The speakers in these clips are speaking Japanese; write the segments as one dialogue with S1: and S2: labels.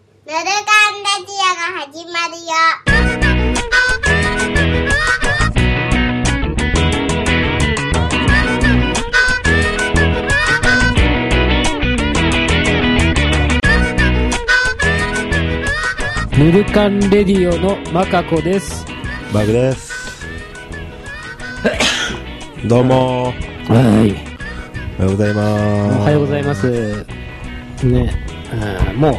S1: ぬるかんラジオが始まるよ。
S2: ぬるかんレディオのまかこです。
S3: バグです。どうもー、
S2: はい。
S3: おはようございます。
S2: おはようございます。ね、うんもう、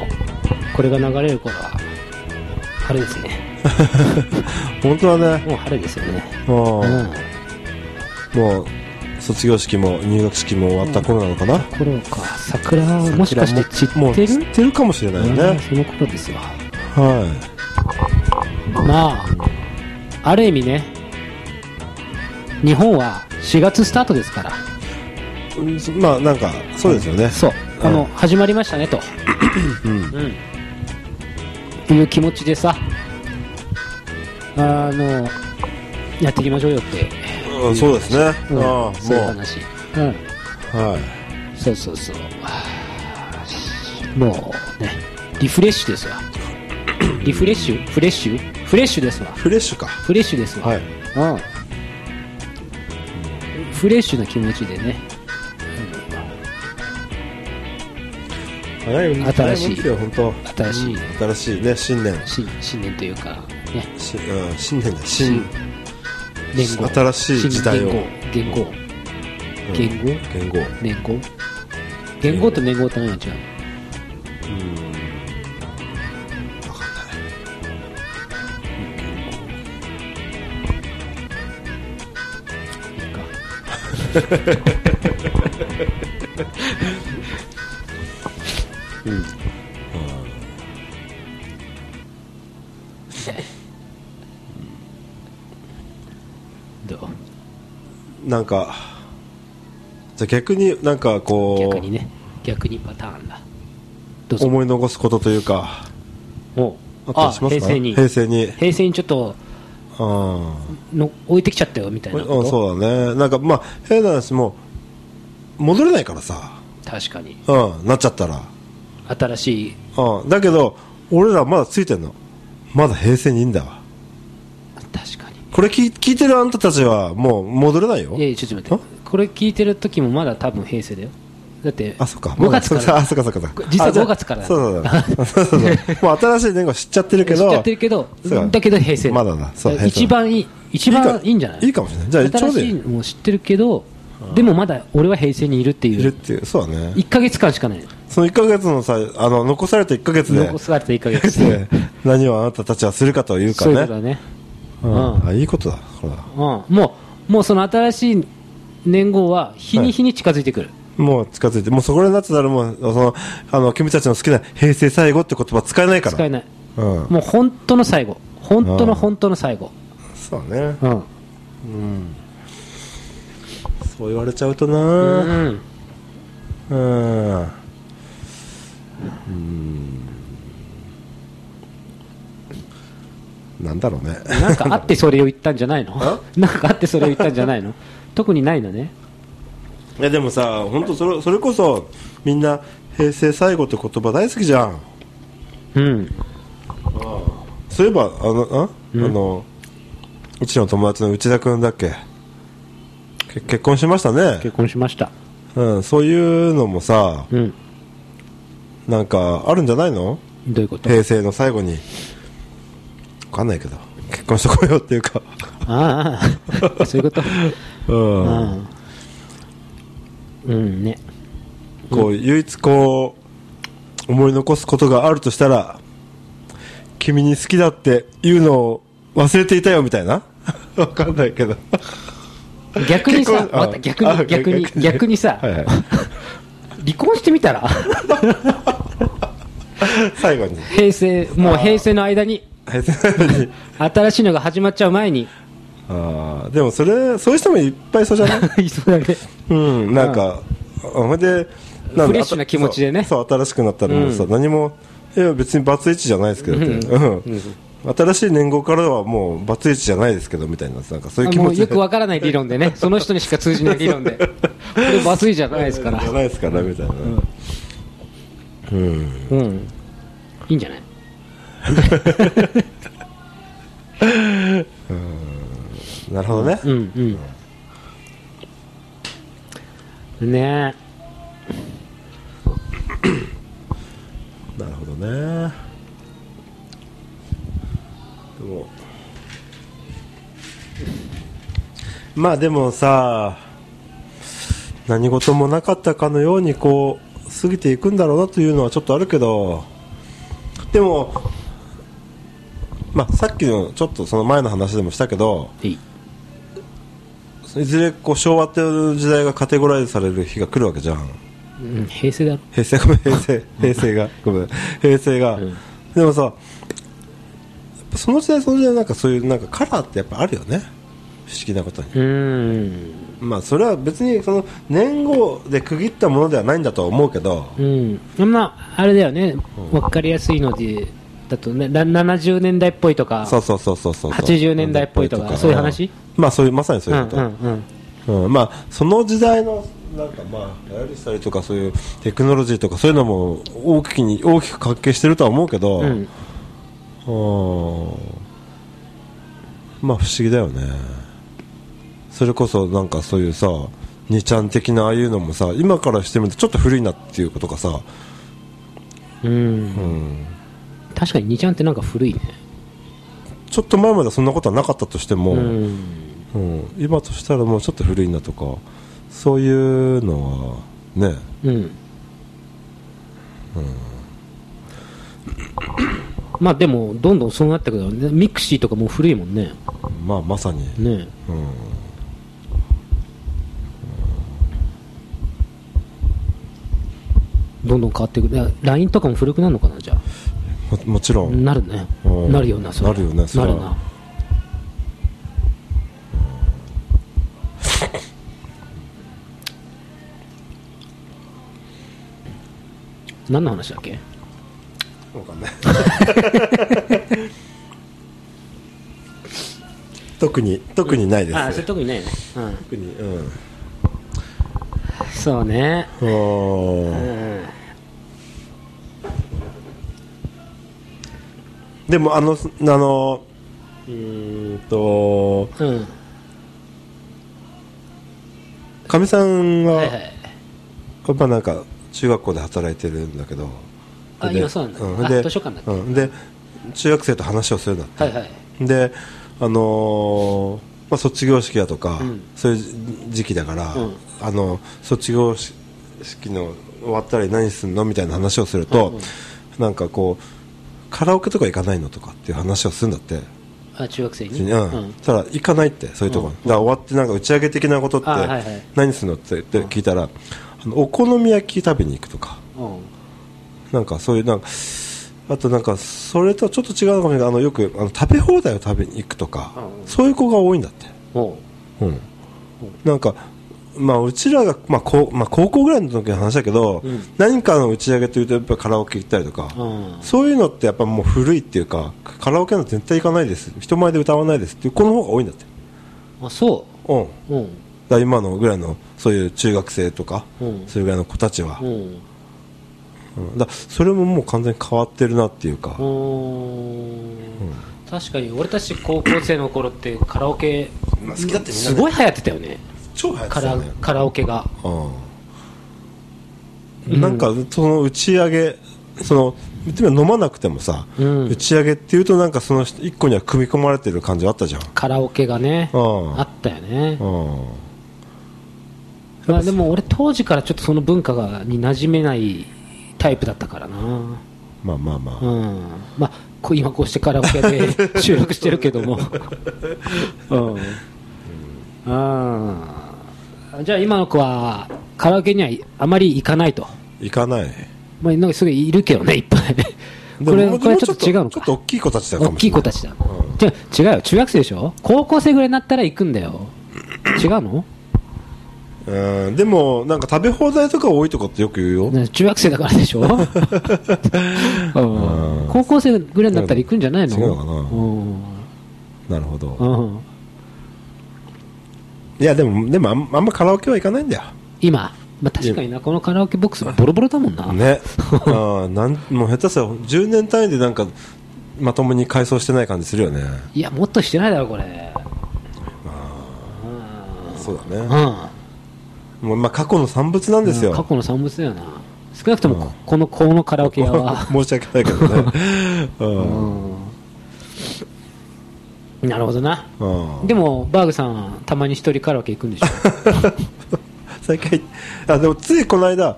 S2: これが流れる頃は、晴れですね。
S3: 本当はね、
S2: もう晴れですよね。
S3: も
S2: うん。
S3: う、もう、卒業式も入学式も終わった頃なのかな。
S2: 頃か、桜はもしかして散
S3: も
S2: っ
S3: う
S2: て
S3: 知
S2: る
S3: ってるかもしれないよ
S2: うん
S3: ね。
S2: その頃ですよ。
S3: は
S2: まあ、ある意味ね、日本は4月スタートですから。
S3: いうんそ。まあ、なんか、そうですよね。
S2: そう。あの、
S3: うん
S2: 始まりましたねと。
S3: うん。
S2: うん。っていう気持ちでさ、あの、やっていきましょうよって。
S3: うんそうですね。
S2: うん、
S3: ああ、も
S2: そういう話。うん。
S3: う、は
S2: そうそうそう。もうね、リフレッシュです わ。リフレッシュフレッシュフレッシュですわ
S3: い。。フレッシュか。
S2: フレッシュですわ。
S3: は
S2: う
S3: い。
S2: ん。フレッシュな気持ちでね、
S3: 早いもん
S2: 新しい
S3: 早もんですよ、本当。
S2: 新しい、
S3: 新しいね、新年。
S2: 新新年というか、ね、
S3: しうん、新年だ。新、
S2: 年号。
S3: 新しい時代を
S2: 新元号。
S3: うん
S2: 元号。元号
S3: 言語。
S2: 年号年号と年号って何が違うのいいかうんど
S3: なんか、じゃあ逆になんかこ
S2: う
S3: う、
S2: 逆にね逆にパターンだどうぞ
S3: 思い残すことというか、
S2: お
S3: あった
S2: あ
S3: りします
S2: 平
S3: か
S2: 成に
S3: 平成に。
S2: 平成にちょっと
S3: あ
S2: の置いてきちゃったよみたい
S3: あ。
S2: な
S3: う
S2: こ
S3: ん、
S2: と
S3: そうだね。なんか、まあ、変な話、もう、戻れないからさ、
S2: 確かに
S3: うん、なっちゃったら。
S2: 新しい
S3: うん、だけど、俺らまだついてんの。まだ平成にいいんだわ。
S2: 確か
S3: これ聞い聞いてるあんたたちは、もう戻れないよ
S2: にい。やいやちょっと待ってこれ聞いてる時もまだ多分平成だよだって
S3: あ、そっか。
S2: 5月か
S3: そうそ
S2: ら
S3: うあ、そっかそっかそっか。
S2: 実は
S3: あじゃあ
S2: 5月から
S3: そうだね。そう そうそう。もう新しい年号知っちゃってる
S2: 知
S3: け
S2: っ
S3: ど。
S2: ちゃってるけど
S3: そう
S2: だけど平成
S3: まだなそう平成
S2: 一番いい一番いいんじゃない
S3: いいかもしれないじゃあちょ
S2: 新
S3: うどいい
S2: しいのも知ってるけどでもまだ俺は平成にいるって
S3: い
S2: い
S3: るっ
S2: う
S3: ていう。そうだね。
S2: 1か月間しかない
S3: その1ヶ月のさ、あの、残された1ヶ月で、
S2: 残された1か月
S3: で何をあなたたちはするかというか
S2: そういう
S3: ね。
S2: ことだね
S3: うん、あ、いいことだ。ほら。
S2: うんもうもうその新しい年号は日に日に近づいてくる、
S3: もう近づいて、もうそこになってたらもう、その、あの、君たちの好きな平成最後って言葉使えないから。
S2: 使えない
S3: うん。
S2: もう本当の最後本当
S3: う
S2: の
S3: ん
S2: 本当の最後
S3: そうね。
S2: うん、
S3: そう言われちゃうと
S2: う
S3: なぁ
S2: ん、
S3: うん。うん。なんだろうね。
S2: なんかあってそれを言ったんじゃないの
S3: あ
S2: なんかあってそれを言ったんじゃないの特にないのね
S3: いやでもさ、本当それ、それこそ、みんな、平成最後って言葉大好きじゃん。
S2: うん
S3: そういえば、あの、あ,、あの、うちの友達の内田君だっけけ結婚しましたね。
S2: 結婚しました
S3: うん、そういうのもさ、
S2: うん
S3: なんか、あるんじゃないの
S2: どういうこと
S3: 平成の最後に。わかんないけど、結婚してこようっていうか。
S2: ああ そういうこと
S3: うん。
S2: うんうんね
S3: こう、唯一こう、思い残すことがあるとしたら、君に好きだっていうのを忘れていたよみたいな わかんないけど。
S2: 逆にさ
S3: 結婚
S2: また逆
S3: あ
S2: に逆に逆にさ、
S3: はいはい
S2: 離婚してみたら
S3: 最 後に。
S2: 平成もう平成の間に
S3: 平成なのに
S2: 新しいのが始まっちゃう前 に
S3: ああ、でもそれ、そういう人もいっぱいそうじゃ ない
S2: いそうだね
S3: うん、なんか、ほいで、なんだ
S2: フレッシュな気持ちでね
S3: そう、そう新しくなったらもうさ、何も、いや別にバツイチじゃないですけどって、うん。新しい年号からはもうバツイチじゃないですけどみたいな、なんかそういう気
S2: も
S3: 持
S2: う
S3: ちで。
S2: よくわからない理論で ね、その人にしか通じない理論で、これ、バツイじゃないですから
S3: じ、ゃないですからみたいな。
S2: うん、いいんじゃない
S3: なるほどね。
S2: うんうんね
S3: なるほどね。でも。まあでもさ、何事もなかったかのようにこう、過ぎていくんだろうなというのはちょっとあるけど、でも、まあさっきのちょっとその前の話でもしたけど、
S2: えいい
S3: いずれこう昭和っていう時代がカテゴライズされる日が来るわけじゃん。
S2: うん、平成だろ
S3: 平成ごめん平成平 成がごめん平成が、
S2: ん
S3: でもさやっぱその時代その時代なんかそういうなんかカラーってやっぱあるよね不思議なことに、
S2: うーん
S3: まあそれは別にその年号で区切ったものではないんだとは思うけど
S2: うんそんなあれだよねわかりやすいのでだとねな70年代っぽいとか
S3: そうそうそうそうそう
S2: 80年代っぽいとかそういう話
S3: まあそういうまさにそういうこと、
S2: うんうん
S3: うん、まあその時代のなんかまあ流行りしたりとかそういうテクノロジーとかそういうのも大きに大きく関係してるとは思うけど、
S2: うんうん
S3: うんまあ不思議だよねそれこそなんかそういうさ2ちゃん的なああいうのもさ今からしてみるとちょっと古いなっていうことがさ
S2: うん確かに2ちゃんってなんか古いね
S3: ちょっと前までそんなことはなかったとしても、
S2: うん
S3: うん今としたらもうちょっと古いなとかそういうのはね
S2: うんまあでもどんどんそうなってくるからねミクシーとかもう古いもんね
S3: まあまさに
S2: ねどんどん変わっていくだから LINE とかも古くなるのかなじゃあ
S3: ももちろん
S2: なるね
S3: うん
S2: なるよなそれ
S3: なるよねそ
S2: な
S3: れは
S2: るな何の話だっけ
S3: わかんない特に特にないです、
S2: ああそれ特にね、うん、
S3: 特にうん
S2: そうね
S3: あー
S2: うん
S3: でもあのすあのうーんと
S2: うん
S3: かみさんは、
S2: はいはい
S3: やっぱなんか中学校で働いてるんだけど
S2: あ
S3: で
S2: 今そうなんだあ
S3: んで
S2: 図書館だっけ
S3: うん、で中学生と話をするんだって、
S2: はいはい
S3: であのーまあ、卒業式だとか、
S2: ん
S3: そういう時期だから、
S2: うん
S3: あの卒業式の終わったら何すんのみたいな話をすると、なんかこうカラオケとか行かないのとかっていう話をするんだって、
S2: あ中学生に
S3: うんそしたら行かないってそういうとこ、だから終わってなんか打ち上げ的なことって
S2: あはいはい
S3: 何するのって言って聞いたら、あのお好み焼き食べに行くとか
S2: うんうん
S3: なんかそういうなんかあとなんかそれとちょっと違うのかもしれないあのよくあの食べ放題を食べに行くとか、
S2: うん
S3: そういう子が多いんだって、
S2: おう
S3: うんなんかまあうちらが、まあこうまあ、高校ぐらいの時の話だけど、
S2: ん
S3: 何かの打ち上げというとやっぱカラオケ行ったりとか、
S2: うん
S3: そういうのってやっぱもう古いっていうかカラオケの絶対行かないです人前で歌わないですっていう子の方が多いんだって
S2: あそ
S3: うん、だか
S2: ううん
S3: ら今のぐらいのそういう中学生とか、
S2: うん
S3: それぐらいの子たちは
S2: う、ん
S3: うんだからそれももう完全に変わってるなっていうか、
S2: うーん確かに俺たち高校生の頃ってカラオケ
S3: まあ好きだってみんなね
S2: すごい流行ってたよね
S3: 超流行って
S2: カ
S3: た
S2: ラ
S3: よね、
S2: カラオケが
S3: うん、なんかその打ち上げその言ってみれば飲まなくてもさ、
S2: うん
S3: 打ち上げっていうとなんかその一個には組み込まれてる感じはあったじゃん、
S2: カラオケがね
S3: うん
S2: あったよね
S3: うん、
S2: まあでも俺当時からちょっとその文化がに馴染めないタイプだったからな
S3: まあまあま
S2: う
S3: あ、
S2: んまあこう今こうしてカラオケで 収録してるけどもうんあーじゃあ今の子はカラオケにはいあまり行かないと
S3: 行かない
S2: まあ、なんかすごいいるけどね、いっぱい。こ
S3: で
S2: れ、
S3: も
S2: これちょっと違うの
S3: ちょ
S2: か
S3: っ。と大きい子たちだか
S2: 大
S3: もし
S2: き
S3: れない
S2: い子たちだ。じゃ違うよ、中学生でしょ高校生ぐらいになったら行くんだよ。違うの
S3: うんでもなんか食べ放題とか多いとかってよく言うよ、
S2: ね中学生だからで しょ、うん高校生ぐらいになったら行くんじゃないの
S3: 違うのかななるほど、
S2: うんうん
S3: いやでもでもあんあんまカラオケは行かないんだよ
S2: 今、まあ、確かにな、このカラオケボ ックスボロボロだもんな。
S3: ねあーなんもう下手すら10年単位でなんかまともに改装してない感じするよね
S2: いや、もっとしてないだろ、これ。
S3: そうだ
S2: う
S3: ね
S2: ん。過
S3: もうまあ過去の産物なんですよ、
S2: 去の産物だよな。少なくと
S3: うん
S2: も、この、このカラオケ屋は。
S3: 申し訳ないけどね、うん
S2: うんなるほどな。
S3: うん、
S2: でも、バーグさん、たまに一人カラオケ行く んでしょ。
S3: 最近あでもついこの間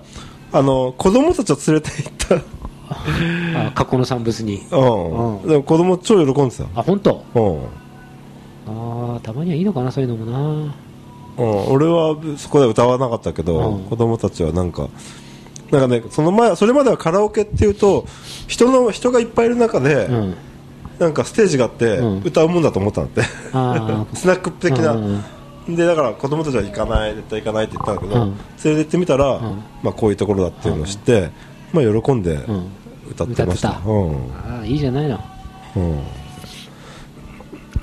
S3: あの子供たちを連れて行っ
S2: あ過去の産物に。
S3: た、うん
S2: うん
S3: でも子供超喜んでた、
S2: あ、本当。
S3: うんうん、
S2: ああ、たまにはいいのかな、そういうのもな。
S3: 俺はそこでは歌わなかったけど、
S2: うん
S3: 子供たちはなんかなんかねその前それまではカラオケっていうと人の人がいっぱいいる中で、
S2: うん。
S3: なんかステージがあって、
S2: うん
S3: 歌うもんだと思ったんだって
S2: あ
S3: スナック的な、
S2: うん
S3: でだから子供たちは行かない絶対行かないって言ったんだけど、
S2: うん
S3: 連れて行ってみたら、
S2: ん
S3: まあ、こういうところだっていうのを知って、まあ、喜んで
S2: あ、うん。
S3: 歌ってました,、
S2: 歌ってた
S3: うん
S2: ああ、いいじゃないの。
S3: うん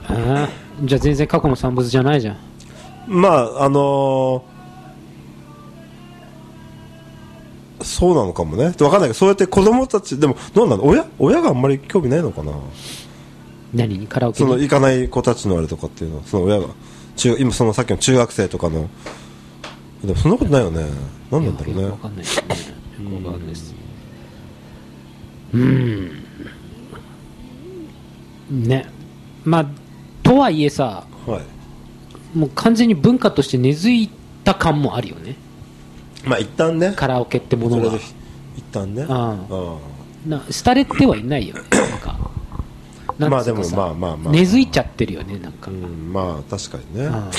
S2: ああじゃあ全然過去の産物じゃないじゃん。
S3: まああのーそうなのかもね分かんないけどそうやって子供たちでもどうなの親親があんまり興味ないのかな
S2: 何にカラオケ
S3: その
S2: に。
S3: 行かない子たちのあれとかっていうのはその親が中今そのさっきの中学生とかのでもそんなことないよね何なんだろう
S2: いやよく
S3: ね
S2: わかんないですね。よくわかんないです。うん。ね。まあ、とはいえさ、
S3: はい
S2: もう完全に文化として根付いた感もあるよね。
S3: まあ一旦ね
S2: カラオケっても
S3: そ
S2: の
S3: れ
S2: が
S3: で。一旦ね
S2: うんな廃れてはいないよね。なんか。
S3: うんま
S2: な
S3: あ
S2: んつ
S3: で
S2: うか
S3: も
S2: さ
S3: まあまあまあ
S2: 根付いちゃってるよね、なんか
S3: う。んまあ確かにね
S2: ああ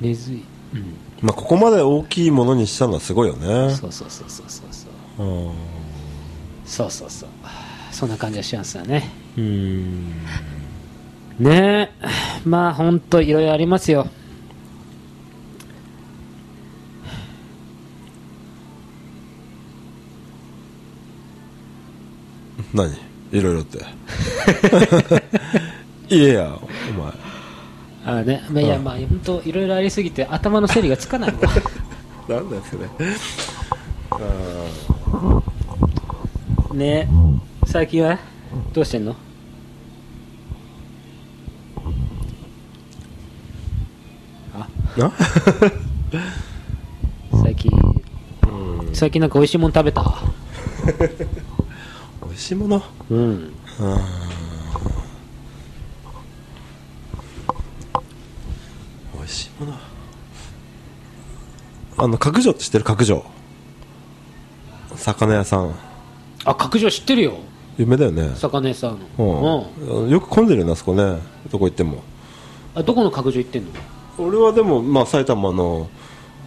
S2: 根付い、う
S3: まあここまで大きいものにしたのはすごいよね
S2: ん、そうそうそうそうそうそう
S3: うん
S2: そうそうそうそんな感じがしますよね
S3: うん
S2: ねえまあ本当いろいろありますよ
S3: 何いろいろって いやいやお前
S2: ああねまあいやまあ本当いろいろありすぎて頭の整理がつか ないわ
S3: なんだよそれ
S2: ねえ最近はどうしてんの
S3: な
S2: 最近最近なんか美味しいもん食べた
S3: 美味しいもの
S2: うん
S3: 美味しいものあの角上って知ってる角上魚屋さん
S2: あ角上知ってるよ
S3: 有名だよね
S2: 魚屋さんのうん
S3: うん、よく混んでるよねあそこねどこ行っても
S2: あどこの角上行ってんの
S3: 俺はでも、まあ、埼玉の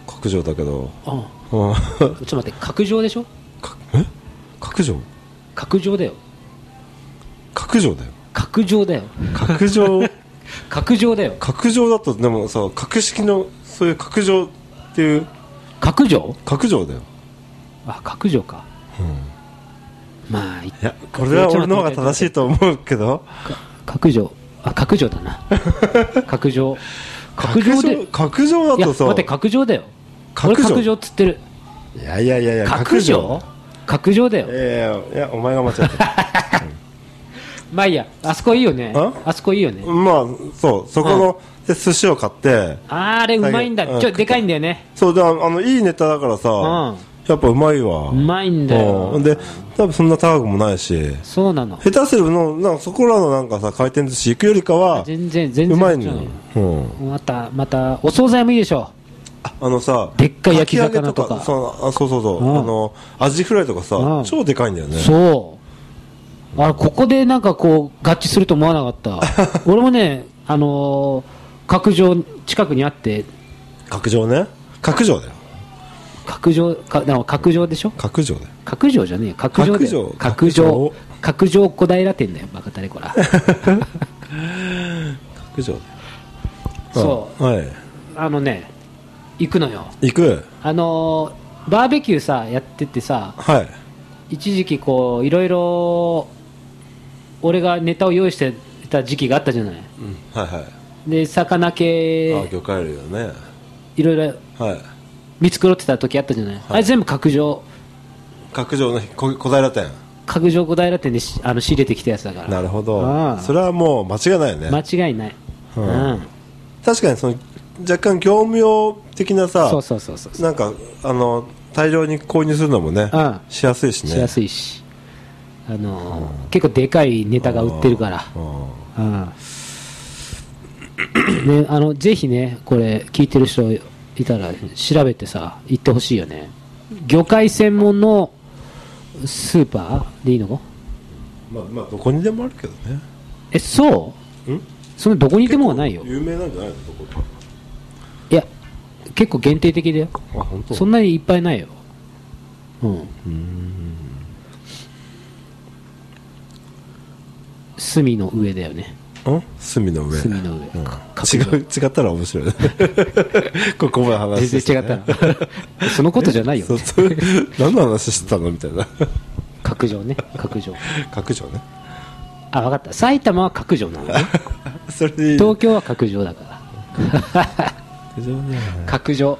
S3: 角上だけど
S2: あ
S3: うん
S2: あちょっと待って角上でしょ
S3: かえ角上
S2: 角上だよ
S3: 角上 だよ
S2: 角上だよ
S3: 角上
S2: 角上だよ
S3: 角上だとでもさ格式のそういう角上っていう
S2: 角上
S3: 角上だよ
S2: あ角上か、まあい
S3: いやこれは俺の方が正しいと思うけど
S2: か角上あ角上だ な角上角上でい
S3: 角上だ
S2: や
S3: と
S2: 待
S3: さ
S2: って角上だよ
S3: 角上
S2: 俺角上っつってる
S3: いやいやいやいや
S2: 角上角上だ
S3: い
S2: よ
S3: やいやいやお前が間違ってた
S2: まあいいやあそこいいよね
S3: あ
S2: あそこいいよね
S3: まあそうそこので寿司を買って
S2: あーあれうまいんだ
S3: うん
S2: ちょでかいんだよね
S3: そうだあのいいネタだからさ、
S2: うん
S3: やっぱうまいわ
S2: うまいんだよ
S3: うんで多分そんな高くもないし
S2: そうなの
S3: 下手するのなんかそこらのなんかさ回転寿司行くよりかは
S2: 全然全
S3: う
S2: 然
S3: まいの
S2: 違
S3: よ
S2: う、
S3: うん、
S2: またまたお惣菜もいいでしょ
S3: あのさ
S2: でっかい焼き魚
S3: か揚げ
S2: とか
S3: そうあそうそうそう、
S2: うん
S3: あのアジフライとかさ、
S2: うん
S3: 超でかいんだよね
S2: そう。あここでなんかこう、合致すると思わなかった。 俺もね、あのー角上、近くにあって、
S3: 角上ね角上だよ
S2: 角上、かなんか角上でしょ
S3: 角上だよ
S2: 角上じゃねえよ。角上で。
S3: 角
S2: 角
S3: 上
S2: 上。角上小平店だよ、バカタレコ ラ。
S3: 角上だよ
S2: そ
S3: うんはい
S2: あのね、行くのよ。
S3: 行く
S2: あのーバーベキューさ、やっててさ、
S3: はい
S2: 一時期こう、いろいろ、俺がネタを用意してた時期があったじゃない。
S3: うんはいはい、
S2: で、魚
S3: あ
S2: 系、
S3: 魚介類よね
S2: いろいろ
S3: はい
S2: 見繕ってた時あったじゃない、あれ全部角上
S3: 角上の小小平店
S2: 角上小平店でしあの仕入れてきたやつだから
S3: なるほ
S2: あ
S3: ど
S2: あ
S3: それはもう間違いないよね、
S2: 間違いない、う
S3: うん
S2: ん
S3: 確かにその若干業務用的なさ
S2: そうそうそうそう、
S3: なんかあの大量に購入するのもね、
S2: うん
S3: しやすいしね
S2: しやすいし、あのー結構でかいネタが売ってるから、
S3: うん
S2: うんね、あのぜひね、これ、聞いてる人いたら、調べてさ、行ってほしいよね、魚介専門のスーパーでいいの
S3: まあまあどこにでもあるけどね
S2: え、そうんそんなどこにでもはないよ、
S3: 有名なんじゃないのどこ
S2: いや、結構限定的だよ、
S3: あ本当
S2: そんなにいっぱいないよ、うん、隅の上だよね、
S3: ん隅の上
S2: 隅の上、
S3: うん
S2: か
S3: 違う違ったら面白い ねここまで話
S2: 全然違ったな そのことじゃないよ
S3: そうそう 何の話してたのみたいな
S2: 角上ね角上
S3: 角上ね
S2: あ分かった埼玉は角上なのね
S3: それでいい
S2: 東京は角上だか
S3: 角上ね
S2: ら角上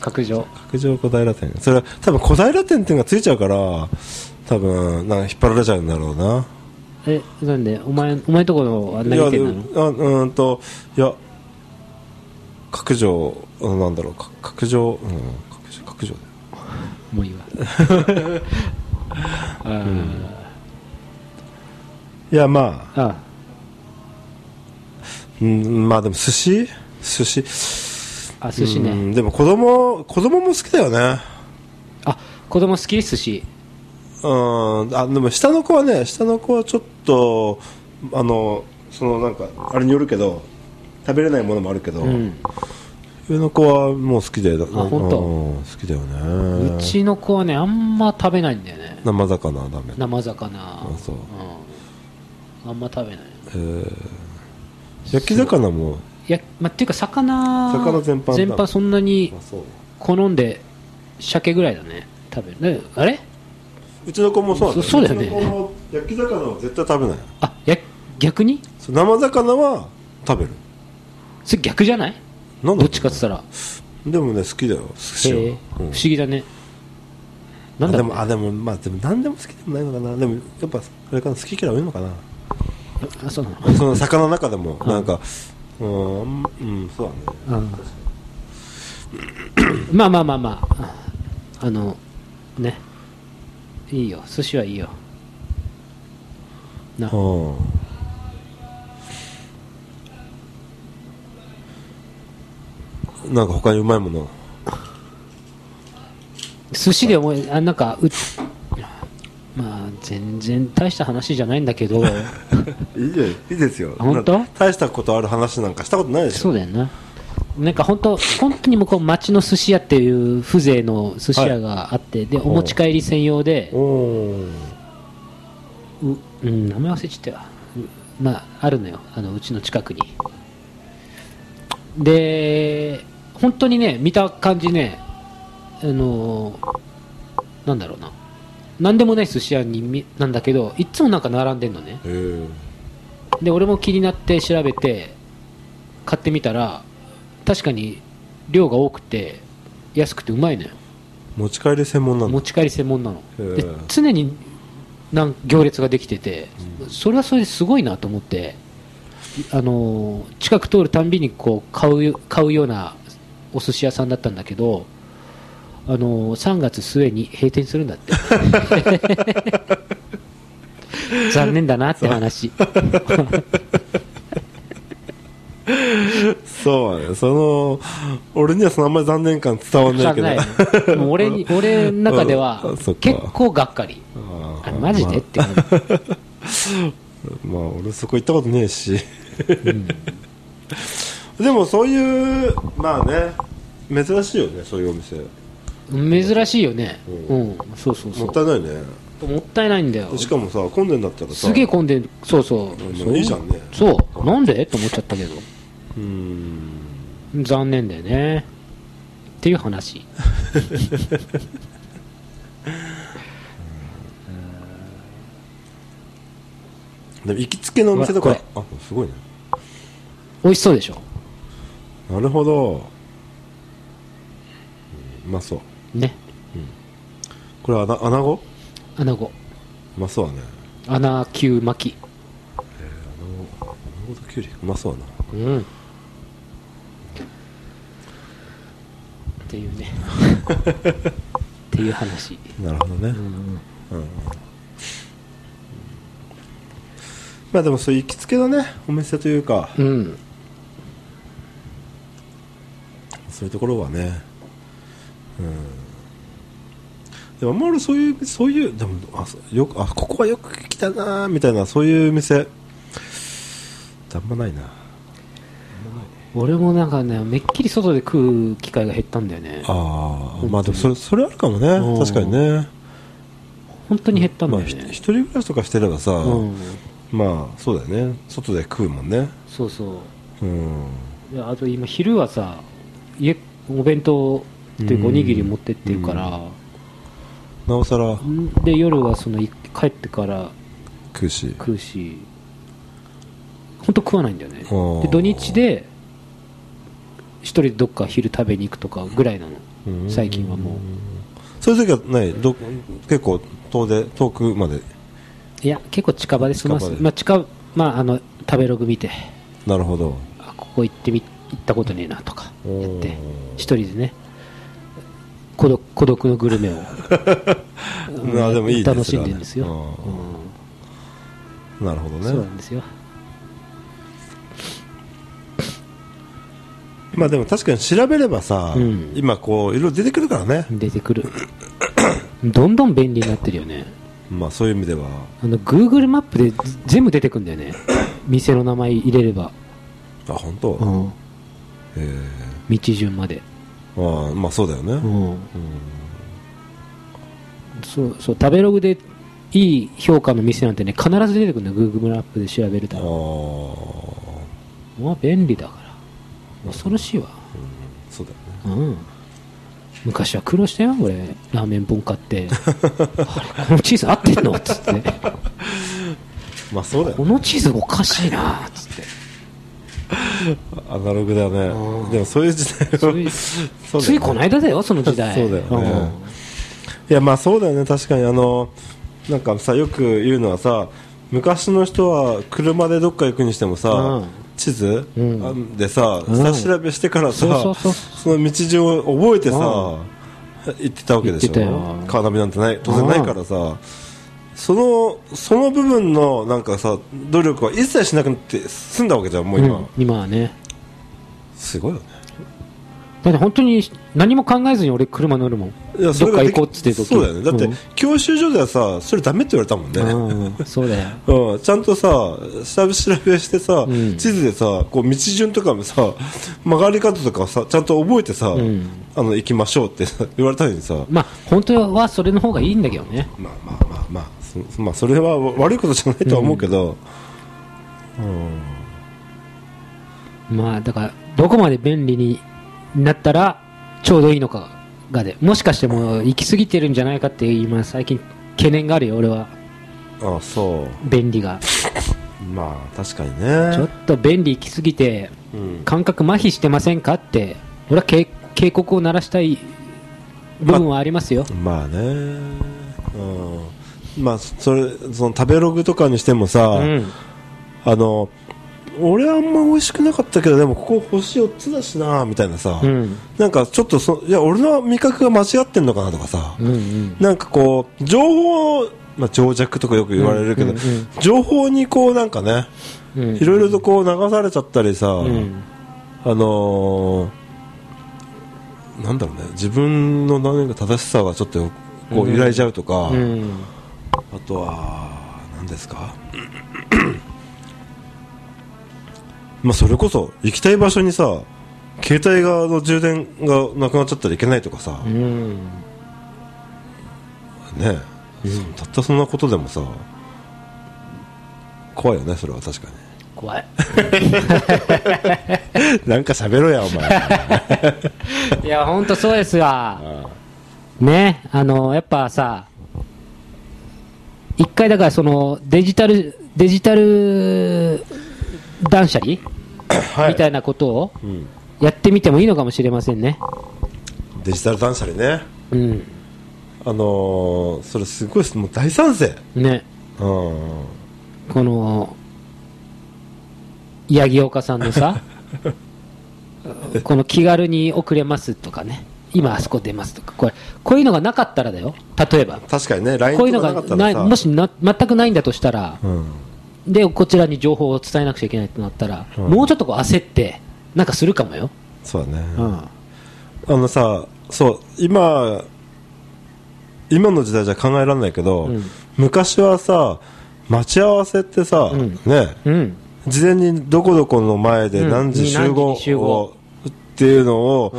S2: 角上
S3: 角上小平店それは多分小平店っていうのがついちゃうから多分なんか引っ張られちゃうんだろうな
S2: えなんでお前お前んとこのあん
S3: い
S2: な
S3: や
S2: に
S3: で
S2: 店
S3: も
S2: なの
S3: あうーんといや角上なんだろうか角上うん角上角上だよ
S2: もういいわ あー、
S3: いやまあ
S2: あ
S3: うん、まあでも寿司寿司
S2: あ寿司
S3: う
S2: ね
S3: んでも子供子供も好きだよね
S2: あ子供好き寿司
S3: うんあでも下の子はね下の子はちょっとあのそのなんかあれによるけど食べれないものもあるけど、
S2: うん
S3: 上の子はもう好きであ
S2: 本当
S3: 好きだよね
S2: うちの子はねあんま食べないんだよね
S3: 生魚はダメ
S2: 生魚
S3: あそう
S2: うん、あんま食べない
S3: 焼き魚も
S2: いや、まあ、っていうか魚
S3: 魚全般だ
S2: そんなに
S3: あそう
S2: 好んで鮭ぐらいだね食べるねあれ
S3: うちの子もそうなんだよ
S2: そうだよね
S3: うちの子も焼き魚は絶対食べない
S2: あや逆に
S3: そう生魚は食べる
S2: それ逆じゃない
S3: なんだろう
S2: どっちかっつったらへ
S3: でもね好きだよ寿司は、
S2: え不
S3: うん
S2: 思議だねなんだ
S3: あで
S2: ろう
S3: もあでもまあでも何でも好きでもないのかなでもやっぱあれかな好き嫌い多いのかな
S2: あそうなの
S3: その魚の中でもなんかうんうんうんそうだね
S2: うんまあまあまあまああのねいいよ寿司はいいよな
S3: うんなんか他にうまいもの
S2: 寿司で思いあなんかうまあ全然大した話じゃないんだけど
S3: いいじゃんいいですよ
S2: 本当
S3: な大したことある話なんかしたことないでし
S2: そ
S3: ょ
S2: うだよななんか本当本当に向こう町の寿司屋っていう風情の寿司屋があって、でお持ち帰り専用で
S3: おおー
S2: う、うん、名前忘れちゃったようまああるのよあのうちの近くにで本当にね見た感じねあのーなんだろうな何でもない寿司屋にみなんだけどいっつもなんか並んでんのね
S3: へえ
S2: で俺も気になって調べて買ってみたら確かに量が多くて安くてうまいのよ
S3: 持ち帰り専門なんだ
S2: 持ち帰り専門なの
S3: へ
S2: で
S3: え
S2: 常になん行列ができてて、それはそれですごいなと思ってあのー近く通るたんびにこう買う買うようなお寿司屋さんだったんだけどあのー3月末に閉店するんだって 残念だなって話
S3: そうだねその俺にはそのあんまり残念感伝わ んないけど
S2: ないねもう俺に俺の中では
S3: うんそっか
S2: 結構がっかり
S3: あ
S2: あ
S3: ー
S2: マジでって感
S3: まあ俺そこ行ったことねえし、でもそういうまあね珍しいよねそういうお店
S2: じ珍しいよね
S3: う
S2: うんそうそうそ
S3: もったいうないね
S2: もったいないんだよ
S3: しかもさ混んでんだったらさ
S2: すげえ混んでるそうそう
S3: うん
S2: そう
S3: いいじゃんね
S2: そうなんでと思っちゃったけど
S3: うん
S2: 残念だよねっていう話
S3: でも行きつけのお店と
S2: う
S3: か
S2: わ
S3: あすごいね
S2: 美味しそうでしょ
S3: なるほどうんうまそう
S2: ね
S3: これはアナアナゴ
S2: アナゴ
S3: うまそうだね
S2: 穴球巻き
S3: なるほどきゅうりうまそうだな
S2: うんっていう ねっていう話
S3: なるほどね、うんまあでもそういう行きつけのねお店というか、
S2: うん
S3: そういうところはねうんでもあんまりそういうそういうでもあそうよくあここはよく来たなみたいなそういう店あんまないな
S2: 俺もなんかねめっきり外で食う機会が減ったんだよね
S3: ああ
S2: に
S3: まあでもそれそれあるかもね
S2: うん
S3: 確かにね
S2: 本当に減ったんだ
S3: まあ
S2: よ
S3: ひ一
S2: ね、
S3: 人暮らしとかしてればさ、
S2: うん、
S3: まあそうだよね外で食うもんね
S2: そうそう
S3: うん
S2: いやあと今昼はさ家お弁当っていうか
S3: うん
S2: おにぎり持ってってるから、
S3: なおさら
S2: で夜はそのい帰ってから
S3: 食うし
S2: 食うし本当食わないんだよね
S3: あー
S2: で土日で一人でどっか昼食べに行くとかぐらいな
S3: うん
S2: の最近はもう
S3: そういう時はないど結構遠で遠くまで
S2: いや結構近場で済ます
S3: 近場で
S2: まあ近まああの食べログ見て
S3: なるほど
S2: あここ行ってみ行ったことねえなとか
S3: おー
S2: やって一人でね孤独孤独のグルメを うん
S3: あでもいいですね
S2: 楽しんでるんですよ、
S3: あーなるほど
S2: うんそうな
S3: ね
S2: んですよ
S3: まあでも確かに調べればさ、
S2: うん
S3: 今こういろいろ出てくるからね
S2: 出てくる どんどん便利になってるよね
S3: まあそういう意味では
S2: あの Google マップでぜ全部出てくんだよね店の名前入れれば、
S3: あ本当、
S2: う
S3: へ
S2: ん、
S3: え
S2: 道順まで、
S3: ああまあそうだよね、
S2: うん、そうそう食べログでいい評価の店なんてね必ず出てくるんだよ Google マップで調べるた
S3: あ
S2: ら
S3: あ
S2: まあ便利だから恐ろしいわ、
S3: そうだよね
S2: うん、昔は苦労したよ俺ラーメン本買って あれこのチーズ合ってんのっつって
S3: まあそうだよ
S2: こ
S3: ね
S2: のチーズおかしいなっつって
S3: アナログだよ
S2: う
S3: ね
S2: ん
S3: でもそういう時代は
S2: そういう
S3: そうだよね
S2: ついこの間だよその時代
S3: そうだよねいやまあそうだよね確かにあのなんかさよく言うのはさ昔の人は車でどっか行くにしてもさ、
S2: うん
S3: 地図、
S2: うん
S3: あでさ、
S2: うん
S3: 下調べしてからさ、
S2: そうそうそう
S3: その道順を覚えてさ、行ってたわけで
S2: 行
S3: しょ
S2: ってたよ
S3: カーナビなんてない当然ないからさそのその部分のなんかさ努力は一切しなくなって済んだわけじゃんもう
S2: うん
S3: 今、
S2: うん今はね
S3: すごいよね
S2: だって本当に何も考えずに俺車乗るもん
S3: いや
S2: ど
S3: そ
S2: っ
S3: れ
S2: か
S3: がで
S2: 行
S3: き
S2: こうっつって時
S3: そうだよねだって、
S2: うん
S3: 教習所ではさそれダメって言われたもんね、
S2: うんうんそうだ よ
S3: うん、ちゃんとさ、下調べしてさ、
S2: うん
S3: 地図でさ、こう道順とかもさ、曲がり方とかさ、ちゃんと覚えてさ、
S2: ん
S3: あの、行きましょうってさ言われたのにさ、
S2: まあ本当はそれの方がいいんだけどね
S3: まあまあまあまあ、そまあ、それは悪いことじゃないとは思うけど、
S2: まあだからどこまで便利になったらちょうどいいのかがでもしかしてもう行き過ぎてるんじゃないかって今最近懸念があるよ俺は
S3: ああ、そ
S2: 便利が
S3: う。まあ、確かに
S2: ちょ
S3: ね
S2: っ。と便利行き過ぎて
S3: うん
S2: 感覚麻痺してませんかって俺は警警告を鳴らしたい部分はありますよ、
S3: まあね。うん。まあ、それ、その食べログとかにしてもさ、
S2: うん
S3: あの、俺はあんま美味しくなかったけど、でもここ星4つだしな、みたいなさ、
S2: うん
S3: なんかちょっとそ、いや、俺の味覚が間違ってんのかなとかさ、
S2: うんうん
S3: なんかこう、情報、まあ、情弱とかよく言われるけど、
S2: うんうんうん
S3: 情報にこうなんかね、
S2: うん
S3: いろいろとこう流されちゃったりさ、
S2: うん
S3: あのーなんだろうね、自分の何か正しさがちょっとよこう揺らいじゃうとか、
S2: うん
S3: あとは、何ですか まあそれこそ、行きたい場所にさ、携帯側の充電がなくなっちゃったらいけないとかさ、
S2: う
S3: ね
S2: ん
S3: えたったそんなことでもさ、怖いよね、それは確か
S2: 怖い
S3: に。 なんか喋ろや、お前。
S2: いや本当そうですわねあのやっぱさ一回だからそのデジタルデジタル断捨離、
S3: は
S2: みたいなことを
S3: うん
S2: やってみてもいいのかもしれませんね
S3: デジタル断捨離ね。
S2: うん
S3: あのーそれすごいですもう大賛成
S2: ね
S3: うん
S2: この八木岡さんの さこの気軽に送れますとかね今あそこ出ますとかこれこういうのがなかったらだよ例えば
S3: 確かにね LINE
S2: こういう
S3: と
S2: の
S3: かなか
S2: が
S3: った
S2: な
S3: ら
S2: い
S3: さ
S2: もしな全くないんだとしたら
S3: うん
S2: でこちらに情報を伝えなくちゃいけないとなったら、
S3: うん
S2: もうちょっとこう焦ってなんかするかもよ、
S3: そうだね、
S2: うん
S3: あのさそう今今の時代じゃ考えられないけど、
S2: うん
S3: 昔はさ待ち合わせってさ、
S2: うん
S3: ね
S2: うん
S3: 事前にどこどこの前で
S2: うん
S3: 何時集
S2: 何時
S3: 合
S2: に集合
S3: っていうのを、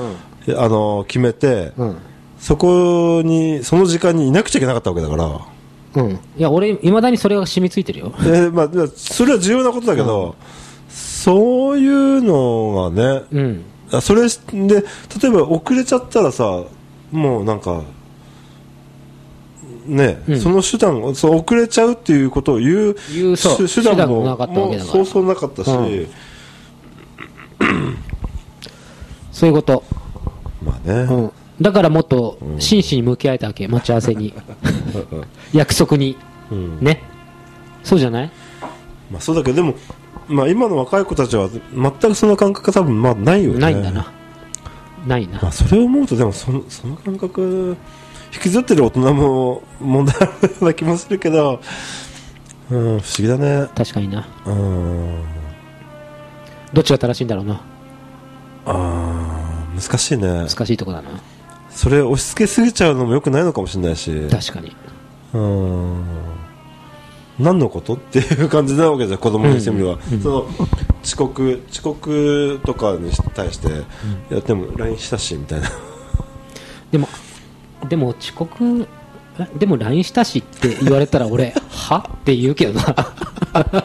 S3: あの決めて、
S2: うん
S3: そこにその時間にいなくちゃいけなかったわけだから、
S2: うん、いや俺いまだにそれが染みついてるよ
S3: えーまあでも、それは重要なことだけど、そういうのがね、
S2: うん
S3: あそれしで例えば遅れちゃったらさもうなんかね、
S2: うん
S3: その手段をそう遅れちゃうっていうことを言う
S2: 言うそう
S3: 手手段
S2: 手段
S3: も
S2: もなかったわけだから
S3: もうそうそうなかったし、
S2: うんそういうこと、
S3: まあね、
S2: うん、だからもっと真摯に向き合えたわけ待ち合わせに 約束に
S3: うん
S2: ねそうじゃない
S3: まあ、そうだけどでも、まあ、今の若い子たちは全くその感覚が多分まあないよね
S2: ないんだなないな
S3: まあ、それを思うとでもそのその感覚引きずってる大人も問題あるような気もするけど、うん、不思議だね
S2: 確かにな
S3: うん
S2: どっちが正しいんだろうな
S3: あー難しいね
S2: 難しいとこだな
S3: それ押し付けすぎちゃうのもよくないのかもしれないしう
S2: 確かに
S3: ーん何のことっていう感じなわけじゃん子供にしてみれば、その遅刻遅刻とかに対して、いやでも LINE したしみたいな
S2: でもでも遅刻えでも LINE したしって言われたら俺 はって言うけどな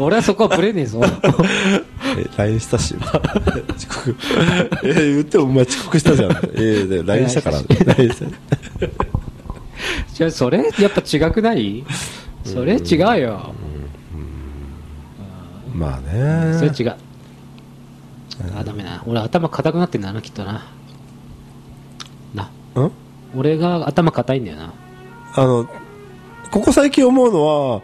S2: 俺はそこはぶれねえぞ
S3: え LINE した し遅刻え言ってもお前遅刻したじゃんえで LINE したから LINE した
S2: じゃあそれやっぱ違くないそれ違うよ
S3: まあ
S2: それ
S3: ね
S2: 違うあダメな俺頭固くなってんだなきっとななん俺が頭固いんだよな
S3: あのここ最近思うのは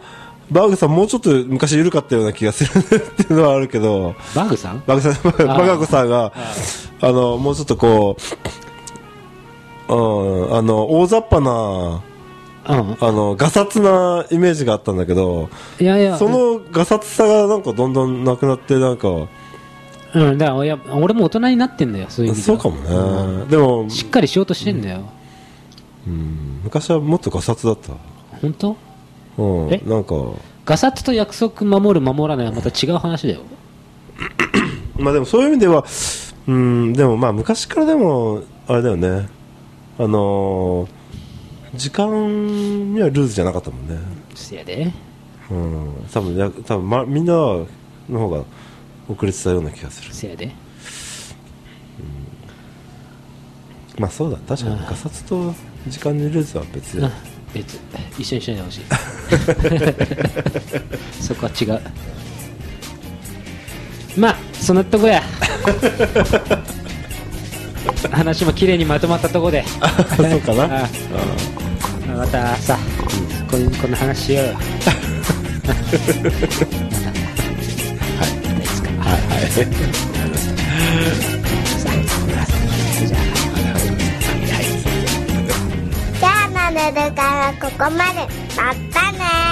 S3: バーグさんもうちょっと昔緩かったような気がするっていうのはあるけど
S2: バグさん
S3: バカさん、バ
S2: あー
S3: カ子さんが、あの、もうちょっとこう、うん、あの、大雑把な、
S2: うん
S3: あの、ガサツなイメージがあったんだけど、
S2: いやいや
S3: そのガサツさがなんかどんどんなくなって、なんか、
S2: うんだからいや俺も大人になってんだよそういう意味で
S3: そう
S2: は
S3: かもね。でも、
S2: しっかりしようとしてんだよ、
S3: うん昔はもっとガサツだった。
S2: 本当
S3: うん
S2: え、
S3: なんか、
S2: ガサツと約束守る守らないはまた違う話だよ
S3: まあでもそういう意味では、うん、でもまあ昔からでも、あれだよね、あのー時間にはルーズじゃなかったもんね。
S2: せやで
S3: うん、多分や多分、ま、みんなの方が遅れてたような気がする
S2: せやで
S3: まあそうだ確かに
S2: うん
S3: ガサツと時間にルーズは別で
S2: な別一緒にしないでほ しいそこは違うまあそんなとこや 話も綺麗にまとまったとこで
S3: そうかな
S2: ああまたさこんこんな話しようよはいですか
S3: はいはい
S1: じゃあのぬるからここまで。まったね